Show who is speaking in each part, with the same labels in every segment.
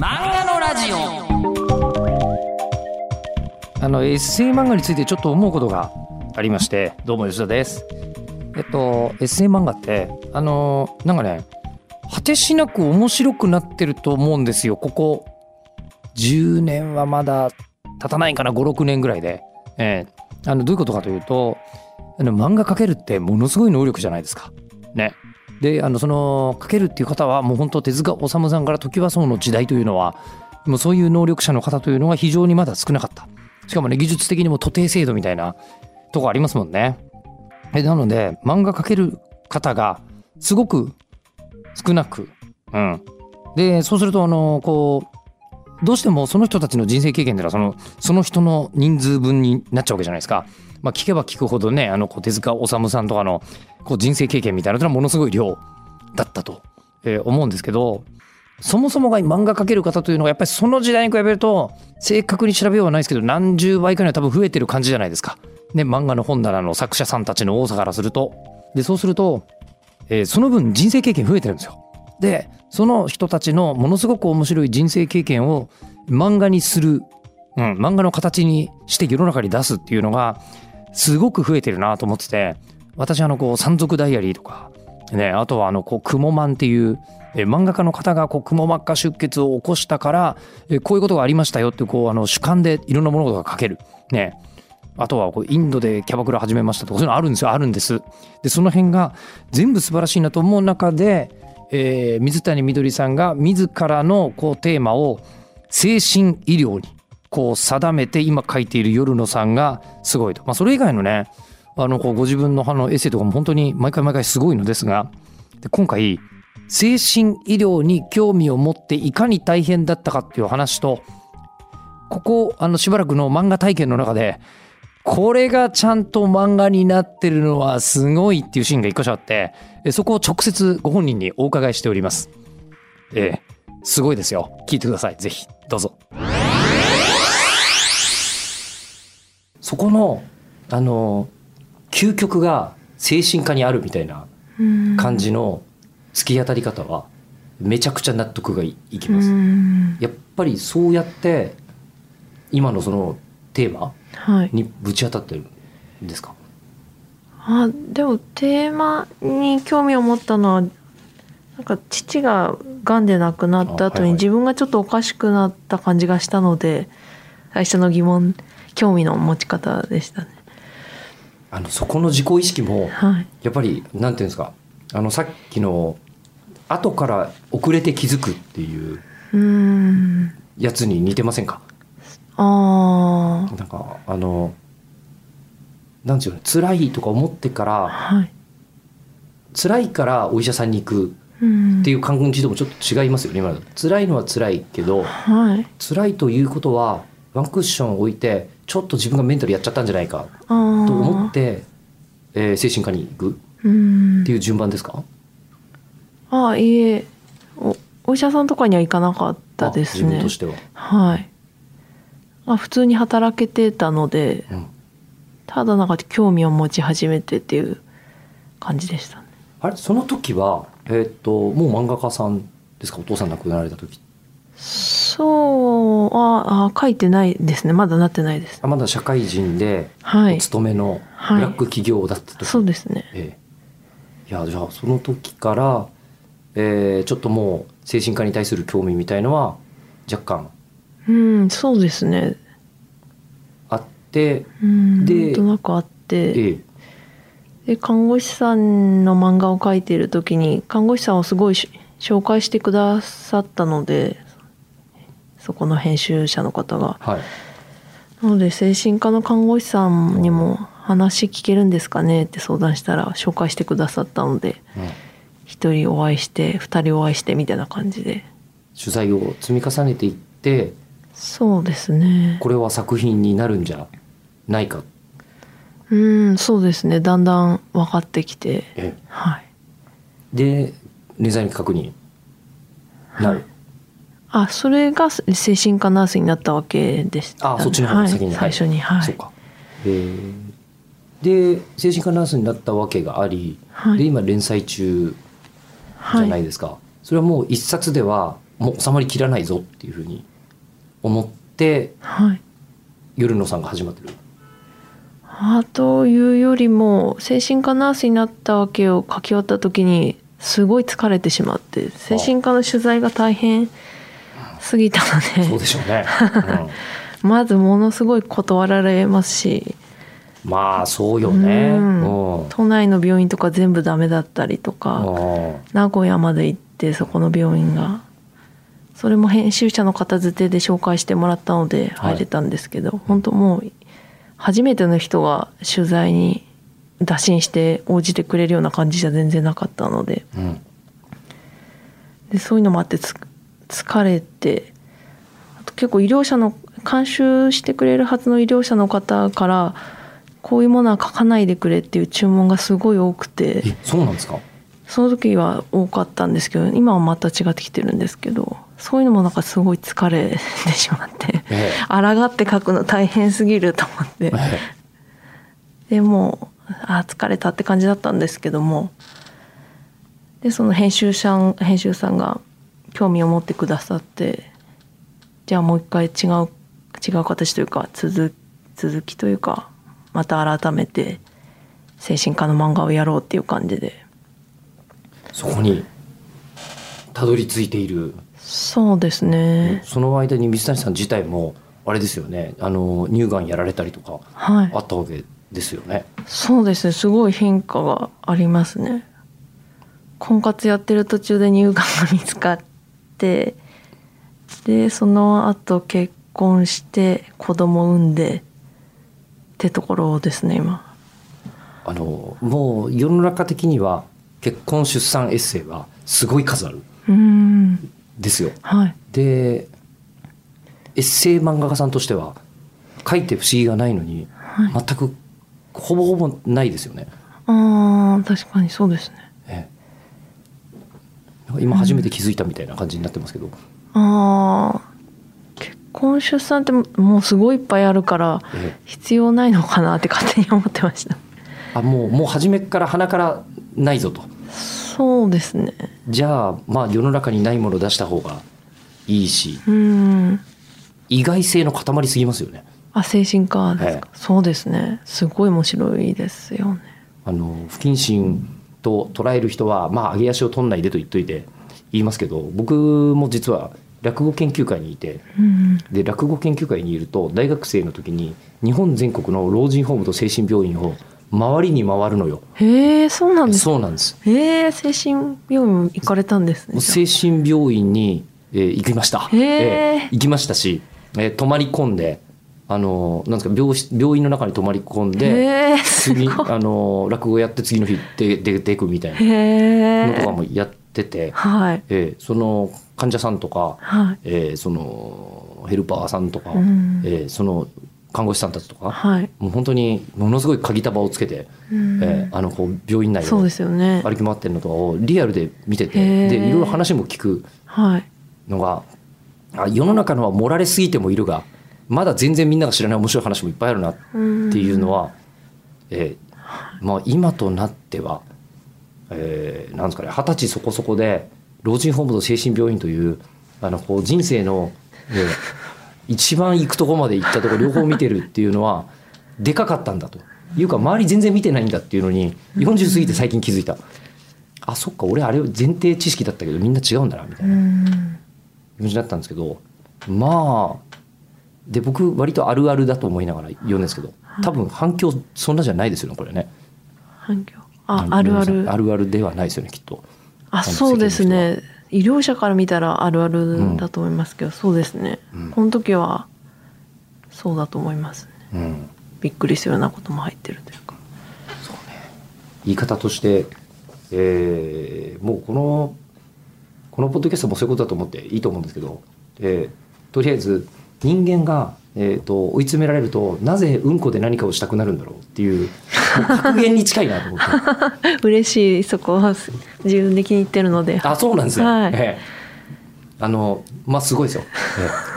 Speaker 1: 漫画のラジオ
Speaker 2: あの SF 漫画についてちょっと思うことがありましてどうも吉田ですえっと SF 漫画ってあのなんかね果てしなく面白くなってると思うんですよここ10年はまだ経たないかな56年ぐらいで、ええあのどういうことかというとあの漫画描けるってものすごい能力じゃないですかねであのその描けるっていう方はもう本当手塚治虫さんから常盤荘の時代というのはもうそういう能力者の方というのが非常にまだ少なかったしかもね技術的にも徒弟制度みたいなとこありますもんねえなので漫画描ける方がすごく少なくうんでそうするとあのこうどうしてもその人たちの人生経験ではそのその人の人数分になっちゃうわけじゃないですか、まあ、聞けば聞くほどねあのこう手塚治虫さんとかのこう人生経験みたいなのはものすごい量だったと、えー思うんですけどそもそもが漫画描ける方というのがやっぱりその時代に比べると正確に調べようはないですけど何十倍かには多分増えてる感じじゃないですか。ね漫画の本棚の作者さんたちの多さからすると。でそうすると、えーその分人生経験増えてるんですよ。でその人たちのものすごく面白い人生経験を漫画にする、うん、漫画の形にして世の中に出すっていうのがすごく増えてるなと思ってて私あのこう「山賊ダイアリー」とか、ね、あとはあのこう「雲マン」っていうえー漫画家の方がこうくも膜下出血を起こしたからえーこういうことがありましたよっていうこうあの主観でいろんな物事が書ける。ねあとはこうインドでキャバクラ始めましたとかそういうのあるんですよあるんです。でその辺が全部素晴らしいなと思う中で、えー水谷みどりさんが自らのこうテーマを精神医療にこう定めて今書いている夜野さんがすごいと。まあ、それ以外のねあのこうご自分のあのエッセイとかも本当に毎回毎回すごいのですがで今回精神医療に興味を持っていかに大変だったかっていう話とここあのしばらくの漫画体験の中でこれがちゃんと漫画になってるのはすごいっていうシーンが一箇所あってえそこを直接ご本人にお伺いしておりますええすごいですよ聞いてくださいぜひどうぞそこのあの究極が精神科にあるみたいな
Speaker 3: うん
Speaker 2: 感じの突き当たり方はめちゃくちゃ納得がいいきます、
Speaker 3: うん
Speaker 2: やっぱりそうやって今のそのテーマ
Speaker 3: はい
Speaker 2: にぶち当たってるんですか
Speaker 3: あでもテーマに興味を持ったのはなんか父ががんで亡くなった
Speaker 2: あはい
Speaker 3: 後
Speaker 2: はい
Speaker 3: に自分がちょっとおかしくなった感じがしたので最初の疑問興味の持ち方でしたね
Speaker 2: あのそこの自己意識も
Speaker 3: はい
Speaker 2: やっぱりなんていうんですかあのさっきの後から遅れて気づくっていう
Speaker 3: うん
Speaker 2: やつに似てませんか
Speaker 3: あ
Speaker 2: なんかあのなんていうの辛いとか思ってか
Speaker 3: あ
Speaker 2: ら
Speaker 3: はい
Speaker 2: 辛いからお医者さんに行く
Speaker 3: うん
Speaker 2: っていう感じともちょっと違いますよね今の辛いのは辛いけど
Speaker 3: はい
Speaker 2: 辛いということはワンクッション置いてちょっと自分がメンタルやっちゃったんじゃないか
Speaker 3: あー
Speaker 2: と思って、えー精神科に行くっ
Speaker 3: うん
Speaker 2: ていう順番ですか
Speaker 3: ああいいえおお医者さんとかには行かなかったです
Speaker 2: あ
Speaker 3: ね
Speaker 2: 自分としては、
Speaker 3: はい、まあ、普通に働けてたので
Speaker 2: うん
Speaker 3: ただなんか興味を持ち始めてっていう感じでしたね
Speaker 2: あれその時は、えーっともう漫画家さんですかお父さん亡くなられた時
Speaker 3: そうああ書いてないですねまだなってないです
Speaker 2: あまだ社会人で
Speaker 3: は
Speaker 2: お
Speaker 3: い
Speaker 2: 勤めの
Speaker 3: はい
Speaker 2: ブラック企業だった時、
Speaker 3: そうですね
Speaker 2: ええいやじゃあその時から、えーちょっともう精神科に対する興味みたいのは若干
Speaker 3: うんそうですね
Speaker 2: あって、
Speaker 3: うん
Speaker 2: で
Speaker 3: なんとなくあっ
Speaker 2: え
Speaker 3: て
Speaker 2: え
Speaker 3: で看護師さんの漫画を描いている時に看護師さんをすごいし紹介してくださったのでそこの編集者の方が
Speaker 2: はい
Speaker 3: なので精神科の看護師さんにも話聞けるんですかねって相談したら紹介してくださったので
Speaker 2: うん
Speaker 3: 1人お会いして2人お会いしてみたいな感じで
Speaker 2: 取材を積み重ねていって
Speaker 3: そうですね
Speaker 2: これは作品になるんじゃないか、
Speaker 3: うんそうですねだんだん分かってきて
Speaker 2: え
Speaker 3: はい
Speaker 2: えで連載の企画になる、
Speaker 3: あそれが精神科ナースになったわけでしたね
Speaker 2: あそっちの方が先に、
Speaker 3: はい、最初には
Speaker 2: そ
Speaker 3: い
Speaker 2: っ、かえーで精神科ナースになったわけがあり、
Speaker 3: はい
Speaker 2: で今連載中じゃないですか、それはもう一冊ではもう収まりきらないぞっていうふうに思って
Speaker 3: はい
Speaker 2: 「夜のさん」が始まってる
Speaker 3: あというよりも精神科ナースになったわけを書き終わった時にすごい疲れてしまって精神科の取材が大変すぎたの
Speaker 2: そ
Speaker 3: で
Speaker 2: うでしょう ね、
Speaker 3: まずものすごい断られますし
Speaker 2: うん、まあそうよね
Speaker 3: う
Speaker 2: うんんうん
Speaker 3: 都内の病院とか全部ダメだったりとか名古屋まで行ってそこの病院がそれも編集者の片づてで紹介してもらったので
Speaker 2: はい
Speaker 3: 入れたんですけど、本当もう初めての人が取材に打診して応じてくれるような感じじゃ全然なかったので
Speaker 2: うん
Speaker 3: でそういうのもあってつ疲れてあと結構医療者の監修してくれるはずの医療者の方からこういうものは書かないでくれっていう注文がすごい多くて。
Speaker 2: えそうなんですか
Speaker 3: その時は多かったんですけど今はまた違ってきてるんですけどそういうのもなんかすごい疲れてしまって
Speaker 2: え
Speaker 3: 抗って書くの大変すぎると思って
Speaker 2: ええ
Speaker 3: でもうあー疲れたって感じだったんですけどもでその編集者ん編集さんが興味を持ってくださってじゃあもう一回違う違う形というか続続きというかまた改めて精神科の漫画をやろうっていう感じで
Speaker 2: えそこにたどり着いている
Speaker 3: そうですね
Speaker 2: その間に水谷さん自体もあれですよねあの乳がんやられたりとか
Speaker 3: はい
Speaker 2: あったわけですよね。
Speaker 3: そうですねすごい変化がありますね婚活やってる途中で乳がんが見つかってでその後結婚して子供産んでってところですね今
Speaker 2: あのもう世の中的には結婚出産エッセイはすごい数あるん
Speaker 3: うーん
Speaker 2: ですよ。
Speaker 3: はい
Speaker 2: でエッセイ漫画家さんとしては書いて不思議がないのに、
Speaker 3: はい
Speaker 2: 全くほぼほぼないですよね。
Speaker 3: あー確かにそうですね
Speaker 2: ええなんか今初めて気づいたみたいな感じになってますけど、
Speaker 3: あー結婚出産ってもうすごいいっぱいあるから
Speaker 2: え
Speaker 3: 必要ないのかなって勝手に思ってました
Speaker 2: えあもうもう初めから鼻からないぞと
Speaker 3: そうですね
Speaker 2: じゃあまあ世の中にないもの出した方がいいし
Speaker 3: うーん
Speaker 2: 意外性の塊すぎますよね。
Speaker 3: あ精神科ですか、そうですねすごい面白いですよね
Speaker 2: あの不謹慎と捉える人は、まあ、上げ足を取んないでと言っといて言いますけど僕も実は落語研究会にいて
Speaker 3: うん
Speaker 2: で落語研究会にいると大学生の時に日本全国の老人ホームと精神病院を回りに回るのよ。
Speaker 3: へえそうなんです
Speaker 2: そうなんです
Speaker 3: へえ精神病院も行かれたんですね
Speaker 2: 精神病院に、えー行きました、
Speaker 3: へー
Speaker 2: えー行きましたし、えー泊まり込んであのーなんですか病室病院の中に泊まり込んで
Speaker 3: へえす
Speaker 2: 次
Speaker 3: ごい
Speaker 2: あのー落語やって次の日で出てくみたいな
Speaker 3: へ
Speaker 2: のとか
Speaker 3: え
Speaker 2: もやってて、
Speaker 3: はい
Speaker 2: えーその患者さんとか、
Speaker 3: はい
Speaker 2: えーそのヘルパーさんとか、
Speaker 3: うん
Speaker 2: えーその看護師さんたちとか、
Speaker 3: はい、
Speaker 2: もう本当にものすごい鍵束をつけて、
Speaker 3: うん
Speaker 2: えーあのこう病院内
Speaker 3: そう
Speaker 2: を
Speaker 3: ですよね
Speaker 2: 歩き回ってるのとかをリアルで見て
Speaker 3: へ
Speaker 2: て
Speaker 3: ー
Speaker 2: でいろいろ話も聞く
Speaker 3: はい
Speaker 2: のがあ世の中のは盛られすぎてもいるがまだ全然みんなが知らない面白い話もいっぱいあるなっ
Speaker 3: うん
Speaker 2: っていうのは、えーまあ、今となっては、えーなんですかね二十歳そこそこで老人ホームと精神病院というあのこう人生の、えー一番行くとこまで行ったとこ両方見てるっていうのはでかかったんだというか周り全然見てないんだっていうのに40過ぎて最近気づいた。あそっか俺あれ前提知識だったけどみんな違うんだなみたいな
Speaker 3: う。ん
Speaker 2: 感じだったんですけどまあで僕割とあるあるだと思いながら読んでるんですけど多分反響そんなじゃないですよねこれね
Speaker 3: 反響あある
Speaker 2: ごめんな
Speaker 3: あ
Speaker 2: さ
Speaker 3: る
Speaker 2: いあるあるではないですよねきっと
Speaker 3: あそうですね医療者から見たらあるあるだと思いますけど、そうですね、
Speaker 2: うん
Speaker 3: この時はそうだと思いますね
Speaker 2: うん
Speaker 3: びっくりするようなことも入ってるというか
Speaker 2: 言い方として、えーもうこのこのポッドキャストもそういうことだと思っていいと思うんですけど、えーとりあえず人間が、えー、と追い詰められるとなぜうんこで何かをしたくなるんだろうって いうもう格言に近いなと思って。
Speaker 3: 嬉しいそこはす自分で気に入ってるので
Speaker 2: あそうなんですね、
Speaker 3: はい
Speaker 2: ええあのまあすごいですよ、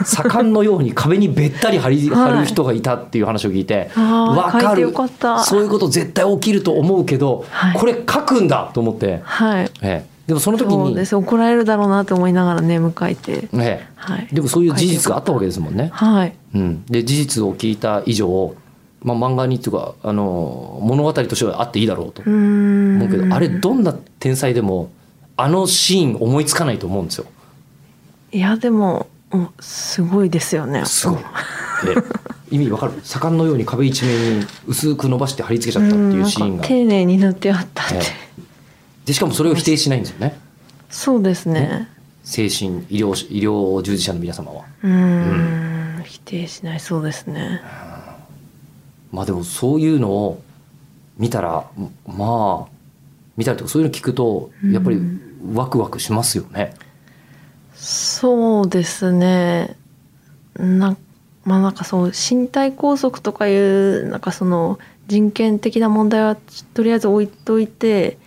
Speaker 2: ええ、盛んのように壁にべったり貼り、
Speaker 3: はい
Speaker 2: 貼る人がいたっていう話を聞いて
Speaker 3: あー
Speaker 2: わ
Speaker 3: 書いてよかった
Speaker 2: そういうこと絶対起きると思うけど、
Speaker 3: はい
Speaker 2: これ書くんだと思って、
Speaker 3: はい
Speaker 2: ええでもその時
Speaker 3: そう
Speaker 2: に
Speaker 3: です怒られるだろうなと思いながらね迎えて、
Speaker 2: ね
Speaker 3: はい、
Speaker 2: でもそういう事実があったわけですもんね。
Speaker 3: はい
Speaker 2: うん、で事実を聞いた以上、まあ、漫画にっていうかあの物語としてはあっていいだろうと
Speaker 3: うーん
Speaker 2: 思うけどあれどんな天才でもあのシーン思いつかないと思うんですよ。
Speaker 3: いやでもうんすごいですよね
Speaker 2: すごい。ね意味わかる盛んのように壁一面に薄く伸ばして貼り付けちゃったっていうシーン
Speaker 3: んなん
Speaker 2: が
Speaker 3: か丁寧に塗ってあったって、
Speaker 2: えでしかもそれを否定しないんですよね
Speaker 3: そうですね
Speaker 2: ね精神医療医療従事者の皆様は。
Speaker 3: うーん否定しないそうですね
Speaker 2: まあでもそういうのを見たらまあ見たりとかそういうの聞くとやっぱりワクワクしますよね。
Speaker 3: そうですねなまあなんかそう身体拘束とかいうなんかその人権的な問題はとりあえず置いといて、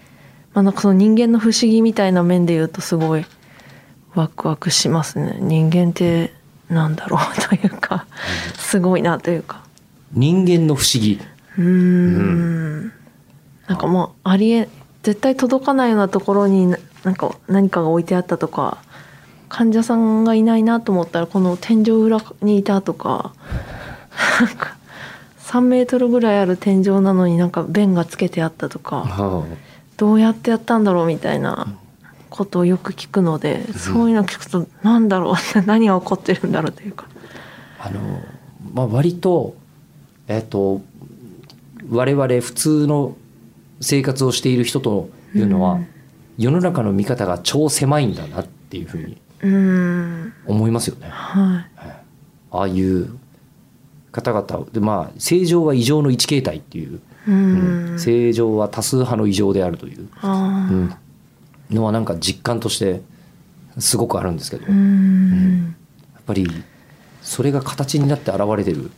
Speaker 3: まあ、なんかその人間の不思議みたいな面で言うとすごいワクワクしますね人間ってなんだろうというかすごいなというか
Speaker 2: 人間の不思議
Speaker 3: うーんなんかもうありえ絶対届かないようなところにななんか何かが置いてあったとか患者さんがいないなと思ったらこの天井裏にいたとかなんか3メートルぐらいある天井なのになんか弁がつけてあったとかどうやってやったんだろうみたいなことをよく聞くので、そういうの聞くと何だろう何が起こってるんだろうというか。
Speaker 2: あの、まあ、割と,、えっと我々普通の生活をしている人というのは、
Speaker 3: うん
Speaker 2: 世の中の見方が超狭いんだなっていうふうに
Speaker 3: うーん
Speaker 2: 思いますよね。
Speaker 3: はい
Speaker 2: ああいう方々でまあ正常は異常の一形態っていう、
Speaker 3: うー
Speaker 2: うん
Speaker 3: ん
Speaker 2: 正常は多数派の異常であるという、
Speaker 3: あー
Speaker 2: うんのはなんか実感としてすごくあるんですけど、
Speaker 3: うー
Speaker 2: や
Speaker 3: ん
Speaker 2: っぱりそれが形になって現れてる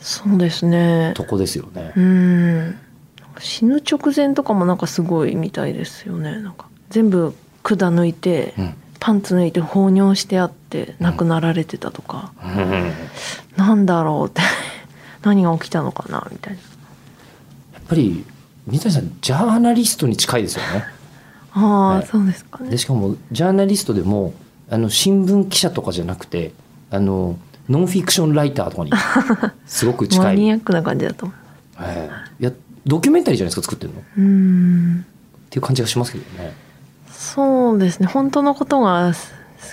Speaker 3: そうですね
Speaker 2: とこですよね。
Speaker 3: うーん死ぬ直前とかもなんかすごいみたいですよねなんか全部管抜いて、
Speaker 2: うん
Speaker 3: パンツ抜いて放尿してあって亡くなられてたとか、
Speaker 2: うん
Speaker 3: なんだろうって 何が起きたのかなみたいな
Speaker 2: やっぱり水谷さんジャーナリストに近いですよね。
Speaker 3: ああ、
Speaker 2: はい
Speaker 3: そうですかね
Speaker 2: でしかもジャーナリストでもあの新聞記者とかじゃなくてあのノンフィクションライターとかにすごく
Speaker 3: マ
Speaker 2: 近い、
Speaker 3: ニ
Speaker 2: え
Speaker 3: アックな感じだと思う
Speaker 2: えいやドキュメンタリーじゃないですか作ってるのっ
Speaker 3: うーん
Speaker 2: ていう感じがしますけどね。
Speaker 3: そうですね本当のことが好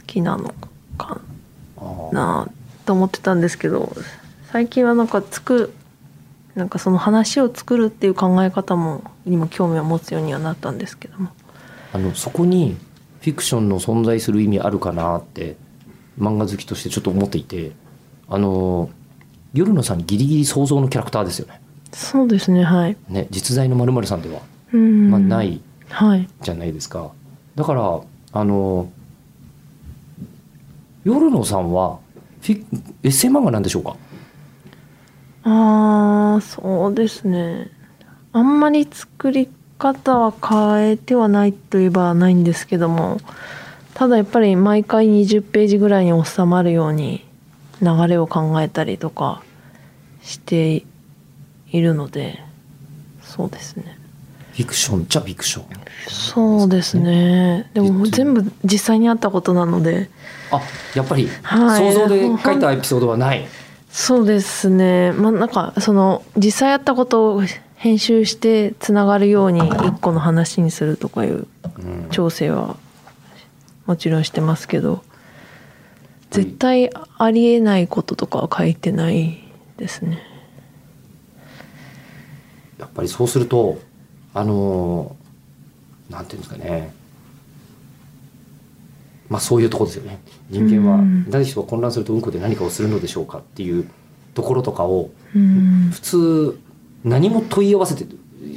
Speaker 3: きなのか
Speaker 2: ああ
Speaker 3: なと思ってたんですけど最近はなんか作なんかその話を作るっていう考え方もにも興味を持つようにはなったんですけども
Speaker 2: あのそこにフィクションの存在する意味あるかなって漫画好きとしてちょっと思っていてあの夜野さんギリギリ想像のキャラクターですよね。
Speaker 3: そうですねはい
Speaker 2: ね実在のまるさんでは、
Speaker 3: うん、
Speaker 2: まあ、ない、
Speaker 3: はい
Speaker 2: じゃないですかだからあの夜野さんはフィエッセイ漫画なんでしょうか
Speaker 3: あーそうですねあんまり作り方は変えてはないといえばないんですけどもただやっぱり毎回20ページぐらいに収まるように流れを考えたりとかしているのでそうですね
Speaker 2: フィクションじゃフィクション
Speaker 3: そうですねでも
Speaker 2: 実
Speaker 3: 全部実際にあったことなので
Speaker 2: あやっぱり
Speaker 3: はい
Speaker 2: 想像で書いたエピソードはない、
Speaker 3: そうですねまあなんかその実際あったことを編集してつながるように一個の話にするとかいう
Speaker 2: うん
Speaker 3: 調整はもちろんしてますけど絶対ありえないこととかは書いてないですね。
Speaker 2: やっぱりそうするとあのなんていうんですかねまあそういうところですよね人間は
Speaker 3: うん
Speaker 2: 誰しも混乱するとうんこで何かをするのでしょうかっていうところとかを
Speaker 3: うん
Speaker 2: 普通何も問い合わせて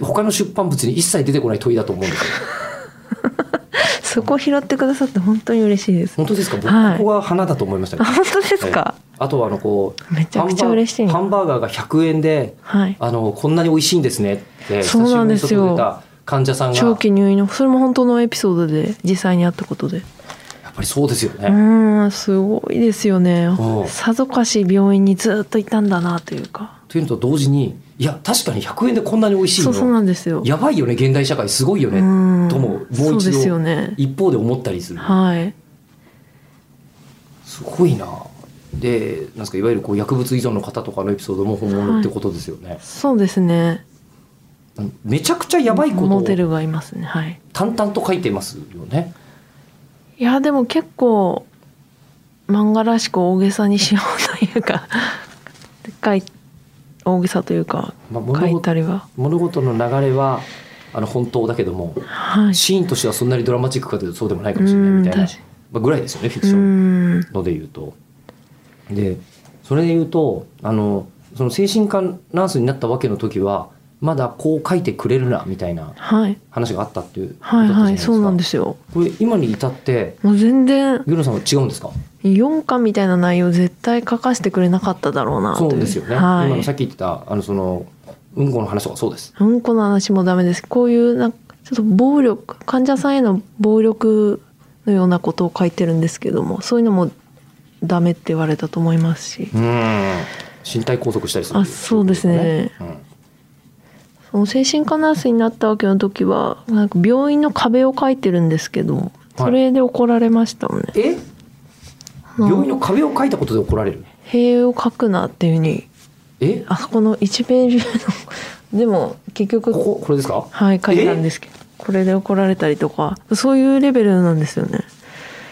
Speaker 2: 他の出版物に一切出てこない問いだと思うんですよ
Speaker 3: そこを拾ってくださって本当に嬉しいです。
Speaker 2: 本当ですか僕、
Speaker 3: はい
Speaker 2: ここが花だと思いましたね
Speaker 3: あ本当ですか、
Speaker 2: ええあとはあのこう
Speaker 3: めちゃくちゃ嬉しい
Speaker 2: ハンバーハンバーガーが100円で
Speaker 3: はい。
Speaker 2: あのこんなに美味しいんですねって
Speaker 3: そうなんです
Speaker 2: 久
Speaker 3: よ
Speaker 2: しぶりに外出た患者さんが
Speaker 3: 長期入院のそれも本当のエピソードで実際にあったことで
Speaker 2: やっぱりそうですよ
Speaker 3: う
Speaker 2: ね、
Speaker 3: ーんすごいですよね
Speaker 2: うん
Speaker 3: さぞかし病院にずっといたんだなというか
Speaker 2: というのと同時にいや確かに100円でこんなに美味しい
Speaker 3: そうそう
Speaker 2: の
Speaker 3: なんですよ
Speaker 2: やばいよね現代社会すごいよね
Speaker 3: うん
Speaker 2: とももう
Speaker 3: そう
Speaker 2: 一
Speaker 3: ですよ
Speaker 2: 度
Speaker 3: ね
Speaker 2: 一方で思ったりする
Speaker 3: はい
Speaker 2: すごいなでなんですかいわゆるこう薬物依存の方とかのエピソードも本物ってことですよね、
Speaker 3: そうですね
Speaker 2: うんめちゃくちゃやばいこと
Speaker 3: モ
Speaker 2: を
Speaker 3: デルがいますねはい
Speaker 2: 淡々と書いてますよね
Speaker 3: いやでも結構漫画らしく大げさにしようというか でかい大げさというか
Speaker 2: まあ物
Speaker 3: 書
Speaker 2: 事
Speaker 3: いたりは
Speaker 2: 物事の流れはあの本当だけども
Speaker 3: はい
Speaker 2: シーンとしてはそんなにドラマチックかというとそうでもないかもしれないみたい
Speaker 3: うん
Speaker 2: な
Speaker 3: 確かに、
Speaker 2: まあ、ぐらいですよねフィク
Speaker 3: う
Speaker 2: ション
Speaker 3: ん
Speaker 2: ので言うと。でそれで言うとあのその精神科ナースになったわけの時はまだこう書いてくれるなみたいな
Speaker 3: はい
Speaker 2: 話があったっていうことだ
Speaker 3: は
Speaker 2: った
Speaker 3: い
Speaker 2: じゃな
Speaker 3: はいい
Speaker 2: ですか。
Speaker 3: そうなんですよ
Speaker 2: これ今に至って
Speaker 3: もう全然
Speaker 2: ユノさんは違うんですか
Speaker 3: 4巻みたいな内容絶対書かせてくれなかっただろうなとい
Speaker 2: そうですよね、
Speaker 3: はい、
Speaker 2: 今のさっき言ってたあのそのうんこの話とかそうです。
Speaker 3: うんこの話もダメですこういうなんかちょっと暴力患者さんへの暴力のようなことを書いてるんですけどもそういうのもダメって言われたと思いますし
Speaker 2: うん身体拘束したりする
Speaker 3: あそうですね
Speaker 2: うん
Speaker 3: その精神科ナースになったわけの時はなんか病院の壁を書いてるんですけどもそれで怒られましたもんね、
Speaker 2: え
Speaker 3: うん
Speaker 2: 病院の壁を書いたことで怒られる
Speaker 3: 塀を書くなっていうふうに
Speaker 2: え
Speaker 3: あこの1ページ目のでも結局
Speaker 2: こここれですか
Speaker 3: はい書いたんですけどこれで怒られたりとかそういうレベルなんですよね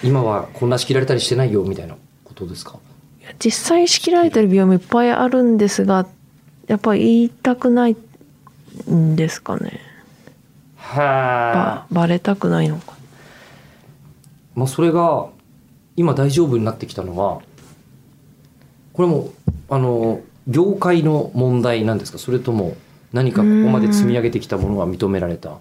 Speaker 2: 今はこんな仕切られたりしてないよみたいなことですか
Speaker 3: いや実際仕切られてる病院もいっぱいあるんですがやっぱり言いたくないんですかね
Speaker 2: は
Speaker 3: ばバレたくないのか
Speaker 2: まあそれが今大丈夫になってきたのはこれもあの業界の問題なんですかそれとも何かここまで積み上げてきたものが認められた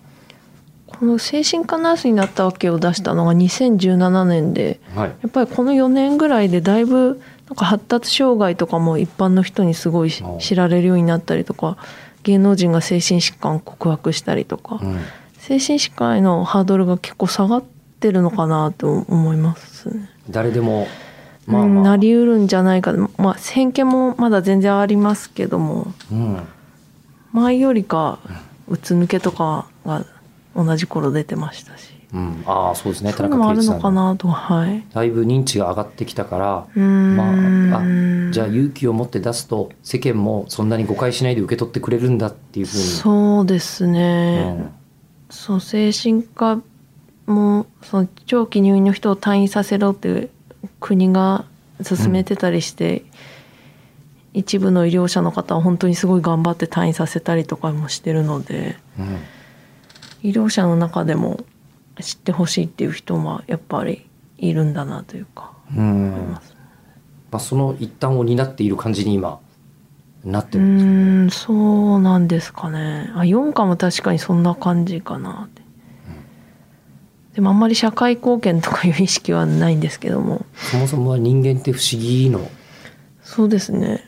Speaker 3: この精神科ナースになったわけを出したのが2017年で
Speaker 2: はい
Speaker 3: やっぱりこの4年ぐらいでだいぶなんか発達障害とかも一般の人にすごいし
Speaker 2: ああ
Speaker 3: 知られるようになったりとか芸能人が精神疾患を告白したりとか、
Speaker 2: うん
Speaker 3: 精神疾患へのハードルが結構下がってるのかなと思いますね。
Speaker 2: 誰でもまあま
Speaker 3: う
Speaker 2: あ
Speaker 3: んなりうるんじゃないか、まあ、偏見もまだ全然ありますけども
Speaker 2: うん
Speaker 3: 前よりかうつ抜けとかが同じ頃出てましたし
Speaker 2: うん、ああそうですね
Speaker 3: そういうのもあるのか
Speaker 2: ん
Speaker 3: なとはい
Speaker 2: だいぶ認知が上がってきたから
Speaker 3: うーん
Speaker 2: まあ、あじゃあ勇気を持って出すと世間もそんなに誤解しないで受け取ってくれるんだっていうふうに
Speaker 3: そうですね、
Speaker 2: うん
Speaker 3: そう精神科もその長期入院の人を退院させろって国が進めてたりして、一部の医療者の方は本当にすごい頑張って退院させたりとかもしてるので
Speaker 2: うん
Speaker 3: 医療者の中でも知ってほしいっていう人はやっぱりいるんだなというか
Speaker 2: うん
Speaker 3: 思いま
Speaker 2: ます
Speaker 3: ね
Speaker 2: あ、その一端を担っている感じに今なって
Speaker 3: う
Speaker 2: るんですかね。
Speaker 3: ーんそうなんですかねあ4巻も確かにそんな感じかなって、でもあんまり社会貢献とかいう意識はないんですけども
Speaker 2: そもそもは人間って不思議の
Speaker 3: そうですね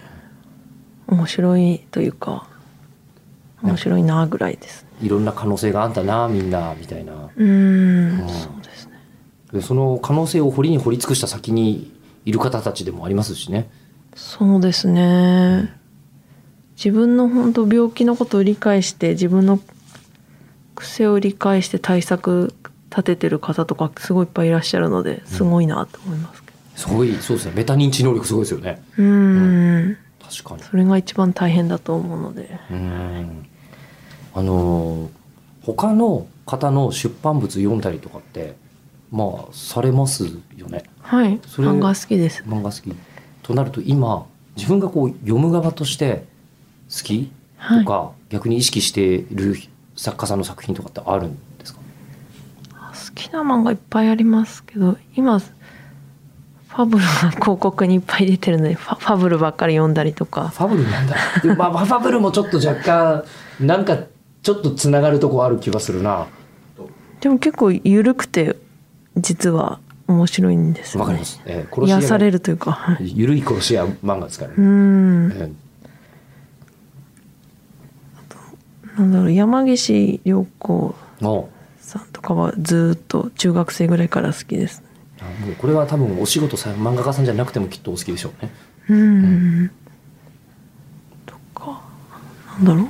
Speaker 3: 面白いというか面白いなぐらいですね
Speaker 2: いろんな可能性があんだなみんなみたいな
Speaker 3: うーん
Speaker 2: うん
Speaker 3: そうですね
Speaker 2: でその可能性を掘りに掘り尽くした先にいる方たちでもありますしね。
Speaker 3: そうですね自分の本当病気のことを理解して自分の癖を理解して対策立ててる方とかすごいいっぱいいらっしゃるのですごいなと思いますけど
Speaker 2: すごいそうですねメタ認知能力すごいですよね。
Speaker 3: うん
Speaker 2: 確かに
Speaker 3: それが一番大変だと思うので
Speaker 2: うんあのー他の方の出版物読んだりとかってまあされますよね
Speaker 3: はい
Speaker 2: それ
Speaker 3: 漫画好きです
Speaker 2: 漫画好きとなると今自分がこう読む側として好き
Speaker 3: はい
Speaker 2: とか、逆に意識している作家さんの作品とかってあるんですか
Speaker 3: 好きな漫画いっぱいありますけど今ファブルが 広告にいっぱい出てるのでファファブルばっかり読んだりとか
Speaker 2: ファブルなんだ でもまあファブルもちょっと若干なんかちょっとつながるとこある気がするな
Speaker 3: でも結構緩くて実は面白いんですよ、ね、
Speaker 2: わかります、えー、殺し屋
Speaker 3: 癒
Speaker 2: が
Speaker 3: されるというかはい
Speaker 2: ゆるい殺し屋漫画ですから
Speaker 3: うー
Speaker 2: ね、
Speaker 3: ん
Speaker 2: えー
Speaker 3: なんだろう山岸涼子
Speaker 2: の
Speaker 3: さんとかはずっと中学生ぐらいから好きですね
Speaker 2: あもうこれは多分お仕事さ漫画家さんじゃなくてもきっとお好きでしょうね。
Speaker 3: うんとかなんだろう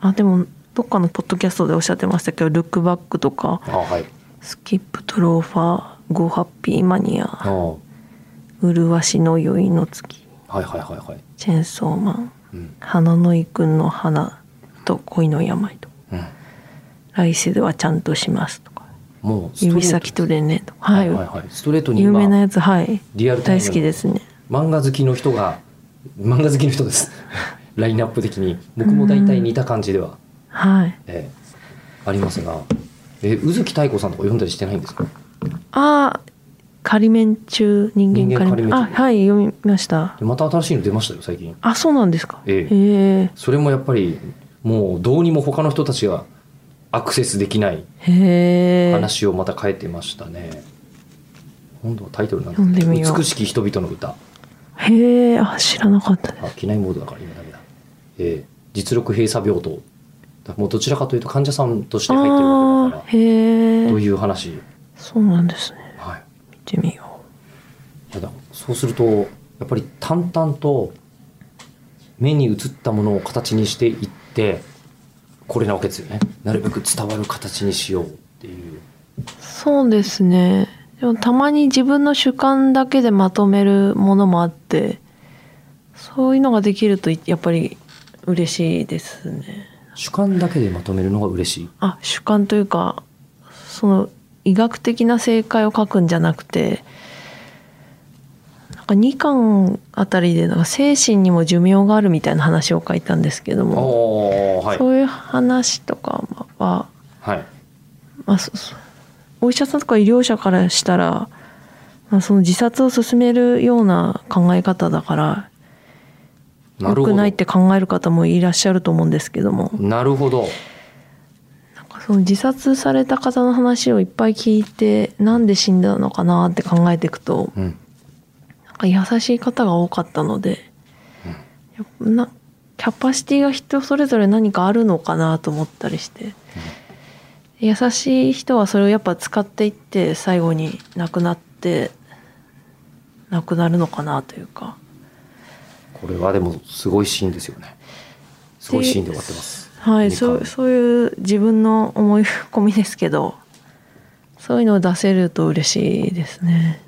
Speaker 3: あでもどっかのポッドキャストでおっしゃってましたけど「ルックバック」とか
Speaker 2: あはい
Speaker 3: 「スキップトローファー」「ゴーハッピーマニ
Speaker 2: あ
Speaker 3: ア」
Speaker 2: ー
Speaker 3: 「麗しの宵の月」
Speaker 2: はいはいはいはい
Speaker 3: 「チェンソーマン」
Speaker 2: うん
Speaker 3: 「花の井くんの花」と「恋の病」と
Speaker 2: うん
Speaker 3: 「来世ではちゃんとします」とか
Speaker 2: もう
Speaker 3: 「
Speaker 2: ストレート
Speaker 3: 指先とレネ」とか
Speaker 2: は
Speaker 3: はいい、
Speaker 2: はいはいストレートに
Speaker 3: 有名
Speaker 2: 今
Speaker 3: なやつはい
Speaker 2: リアルタイ
Speaker 3: 大
Speaker 2: ム
Speaker 3: 好きですね
Speaker 2: 漫画好きの人が漫画好きの人です ラインナップ的に僕も大体似た感じでは、
Speaker 3: はい
Speaker 2: ええありますがえ宇月太子さんとか読んだりしてないんですか
Speaker 3: あー仮面中人間仮
Speaker 2: 人
Speaker 3: 面
Speaker 2: 間仮面中
Speaker 3: あはい読みました
Speaker 2: でまた新しいの出ましたよ最近
Speaker 3: あそうなんですか
Speaker 2: ええ
Speaker 3: え
Speaker 2: それもやっぱりもうどうにも他の人たちがアクセスできない
Speaker 3: へえ
Speaker 2: 話をまた変えてましたね、今度はタイトルなん
Speaker 3: 読んでみよう
Speaker 2: 美しき人々の歌」
Speaker 3: へえあ知らなかったです
Speaker 2: あ機内モードだから今ダメだ、ええ実力閉鎖病棟だもうどちらかというと患者さんとして入ってるわけだ
Speaker 3: あ
Speaker 2: か
Speaker 3: ーへ
Speaker 2: らと
Speaker 3: え
Speaker 2: いう話、
Speaker 3: そうなんですね
Speaker 2: はい、
Speaker 3: 見てみよ
Speaker 2: いやだそうするとやっぱり淡々と目に映ったものを形にしていってこれなわけですよねなるべく伝わる形にしようっていう
Speaker 3: うそうですねでもたまに自分の主観だけでまとめるものもあってそういうのができるとやっぱり嬉しいですね
Speaker 2: 主観だけでまとめるのが嬉しい
Speaker 3: あ主観というかその医学的な正解を書くんじゃなくてなんか2巻あたりでなんか精神にも寿命があるみたいな話を書いたんですけども、
Speaker 2: おーはい
Speaker 3: そういう話とかは、
Speaker 2: はい
Speaker 3: まあ、そそお医者さんとか医療者からしたら、まあ、その自殺を勧めるような考え方だから
Speaker 2: な
Speaker 3: 良
Speaker 2: るほ
Speaker 3: く
Speaker 2: ど
Speaker 3: ないって考える方もいらっしゃると思うんですけども。
Speaker 2: なるほど
Speaker 3: なんかその自殺された方の話をいっぱい聞いてなんで死んだのかなって考えていくと
Speaker 2: うん
Speaker 3: なんか優しい方が多かったので、やっぱなキャパシティが人それぞれ何かあるのかなと思ったりして、優しい人はそれをやっぱ使っていって最後に亡くなって亡くなるのかなというか
Speaker 2: これはでもすごいシーンですよねすごいシーンで終わってます
Speaker 3: は
Speaker 2: 二
Speaker 3: い
Speaker 2: 巻
Speaker 3: そうそういう自分の思い込みですけどそういうのを出せると嬉しいですね。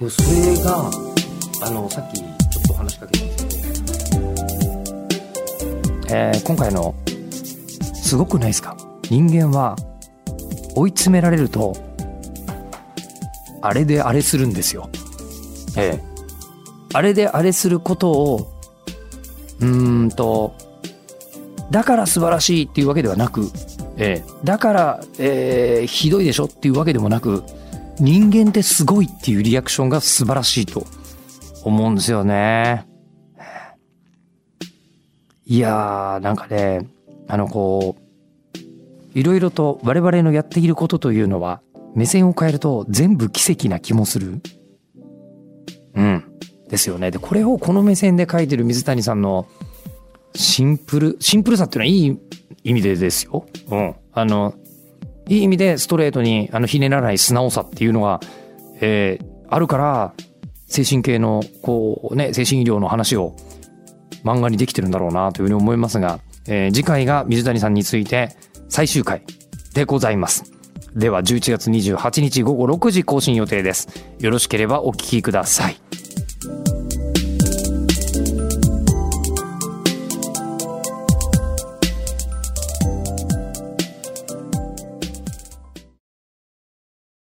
Speaker 2: でもそれがあのさっきちょっと話しかけたんですけど、えー今回の「すごくないですか人間は追い詰められるとあれであれするんですよ」ええあれであれすることをうーんとだから素晴らしいっていうわけではなく、ええだから、えーひどいでしょっていうわけでもなく人間ってすごいっていうリアクションが素晴らしいと思うんですよね。いやー、なんかね、あのこう、いろいろと我々のやっていることというのは、目線を変えると全部奇跡な気もする。うん。ですよね。で、これをこの目線で書いてる水谷さんのシンプル、シンプルさっていうのはいい意味でですよ。うん。あの、いい意味でストレートにあのひねらない素直さっていうのが、えーあるから精神系のこうね精神医療の話を漫画にできてるんだろうなというふうに思いますが、えー次回が水谷さんについて最終回でございます。では11月28日午後6時更新予定です。よろしければお聞きください。